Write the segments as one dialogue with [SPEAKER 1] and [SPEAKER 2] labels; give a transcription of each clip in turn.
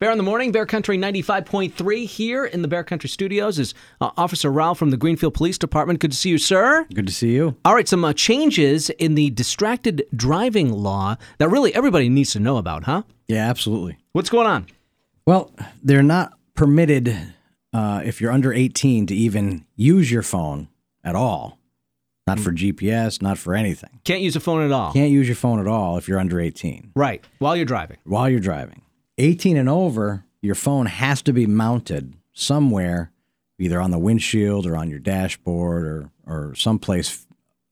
[SPEAKER 1] Bear in the Morning, Bear Country 95.3 here in the Bear Country Studios is uh, Officer Rao from the Greenfield Police Department. Good to see you, sir.
[SPEAKER 2] Good to see you.
[SPEAKER 1] All right, some uh, changes in the distracted driving law that really everybody needs to know about, huh?
[SPEAKER 2] Yeah, absolutely.
[SPEAKER 1] What's going on?
[SPEAKER 2] Well, they're not permitted uh, if you're under 18 to even use your phone at all. Not for GPS, not for anything.
[SPEAKER 1] Can't use a phone at all.
[SPEAKER 2] Can't use your phone at all if you're under 18
[SPEAKER 1] Right, while you're driving.
[SPEAKER 2] while you're driving. 18 and over, your phone has to be mounted somewhere, either on the windshield or on your dashboard or, or someplace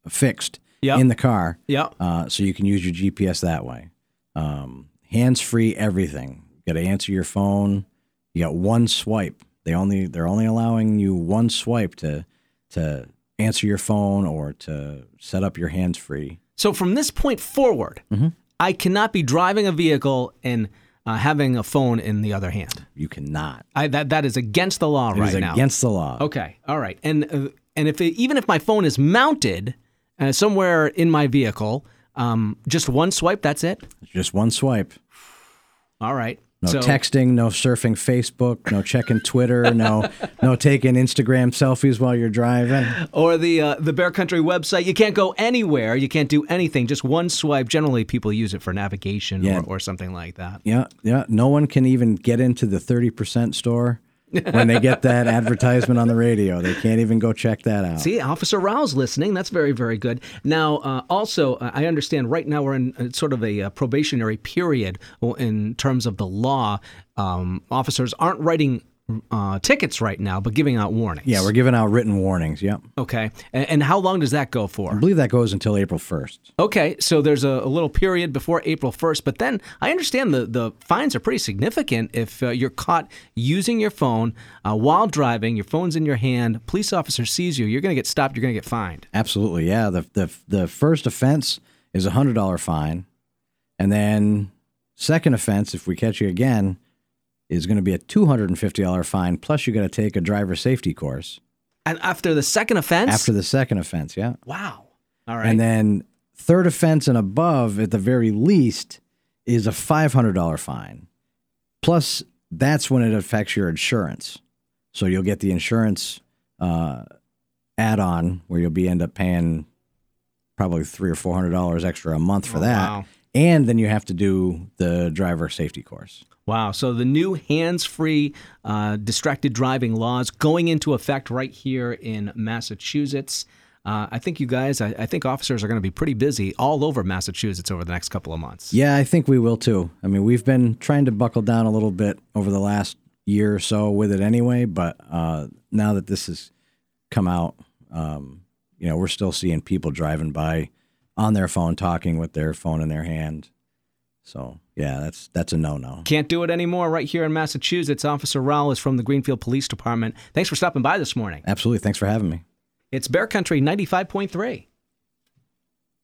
[SPEAKER 2] f- fixed
[SPEAKER 1] Yep.
[SPEAKER 2] in the car.
[SPEAKER 1] Yep.
[SPEAKER 2] uh, so you can use your GPS that way. Um, Hands free, everything. You got to answer your phone. You got one swipe. They only they're only allowing you one swipe to to answer your phone or to set up your hands free.
[SPEAKER 1] So from this point forward,
[SPEAKER 2] Mm-hmm.
[SPEAKER 1] I cannot be driving a vehicle and uh, having a phone in the other hand.
[SPEAKER 2] You cannot.
[SPEAKER 1] I, that that is against the law
[SPEAKER 2] It
[SPEAKER 1] right
[SPEAKER 2] is
[SPEAKER 1] now.
[SPEAKER 2] against the law.
[SPEAKER 1] Okay, all right, and uh, and if it, even if my phone is mounted uh, somewhere in my vehicle, um, just one swipe, that's it.
[SPEAKER 2] It's just one swipe.
[SPEAKER 1] All right.
[SPEAKER 2] No
[SPEAKER 1] so,
[SPEAKER 2] texting, no surfing Facebook, no checking Twitter, no no taking Instagram selfies while you're driving.
[SPEAKER 1] or the uh, the Bear Country website, you can't go anywhere. You can't do anything. Just one swipe. Generally, people use it for navigation
[SPEAKER 2] Yeah.
[SPEAKER 1] or, or something like that.
[SPEAKER 2] Yeah, yeah. No one can even get into the 30% store when they get that advertisement on the radio. They can't even go check that out.
[SPEAKER 1] See, Officer Rao's listening. That's very, very good. Now, uh, also, uh, I understand right now we're in uh, sort of a uh, probationary period well, in terms of the law. Um, officers aren't writing uh, tickets right now, but giving out warnings.
[SPEAKER 2] Yeah, we're giving out written warnings. Yep.
[SPEAKER 1] okay. And, and how long does that go
[SPEAKER 2] I
[SPEAKER 1] for?
[SPEAKER 2] believe that goes until April 1st.
[SPEAKER 1] Okay, so there's a, a little period before April 1st, but then I understand the, the fines are pretty significant if uh, you're caught using your phone uh, while driving, your phone's in your hand, police officer sees you, you're going to get stopped, you're going to get fined.
[SPEAKER 2] Absolutely. Yeah, the the the first offense is a $100 fine. And then second offense if we catch you again is going to be a $250 fine plus you got to take a driver safety course
[SPEAKER 1] And after the second offense?
[SPEAKER 2] after the second offense, yeah.
[SPEAKER 1] Wow. All right.
[SPEAKER 2] And then third offense and above, at the very least, is a five hundred dollar fine. Plus, that's when it affects your insurance. So you'll get the insurance uh, add on where you'll be end up paying probably three or four hundred dollars extra a month for
[SPEAKER 1] Oh,
[SPEAKER 2] that.
[SPEAKER 1] wow.
[SPEAKER 2] And then you have to do the driver safety course.
[SPEAKER 1] wow. So the new hands-free uh, distracted driving laws going into effect right here in Massachusetts. Uh, I think you guys, I, I think officers are going to be pretty busy all over Massachusetts over the next couple of months.
[SPEAKER 2] Yeah, I think we will too. I mean, we've been trying to buckle down a little bit over the last year or so with it anyway, but uh, now that this has come out, um, you know, we're still seeing people driving by on their phone, talking with their phone in their hand. So yeah, that's that's a no no.
[SPEAKER 1] Can't do it anymore right here in Massachusetts. Officer Rowell is from the Greenfield Police Department. Thanks for stopping by this morning.
[SPEAKER 2] Absolutely. Thanks for having me.
[SPEAKER 1] It's Bear Country 95.3.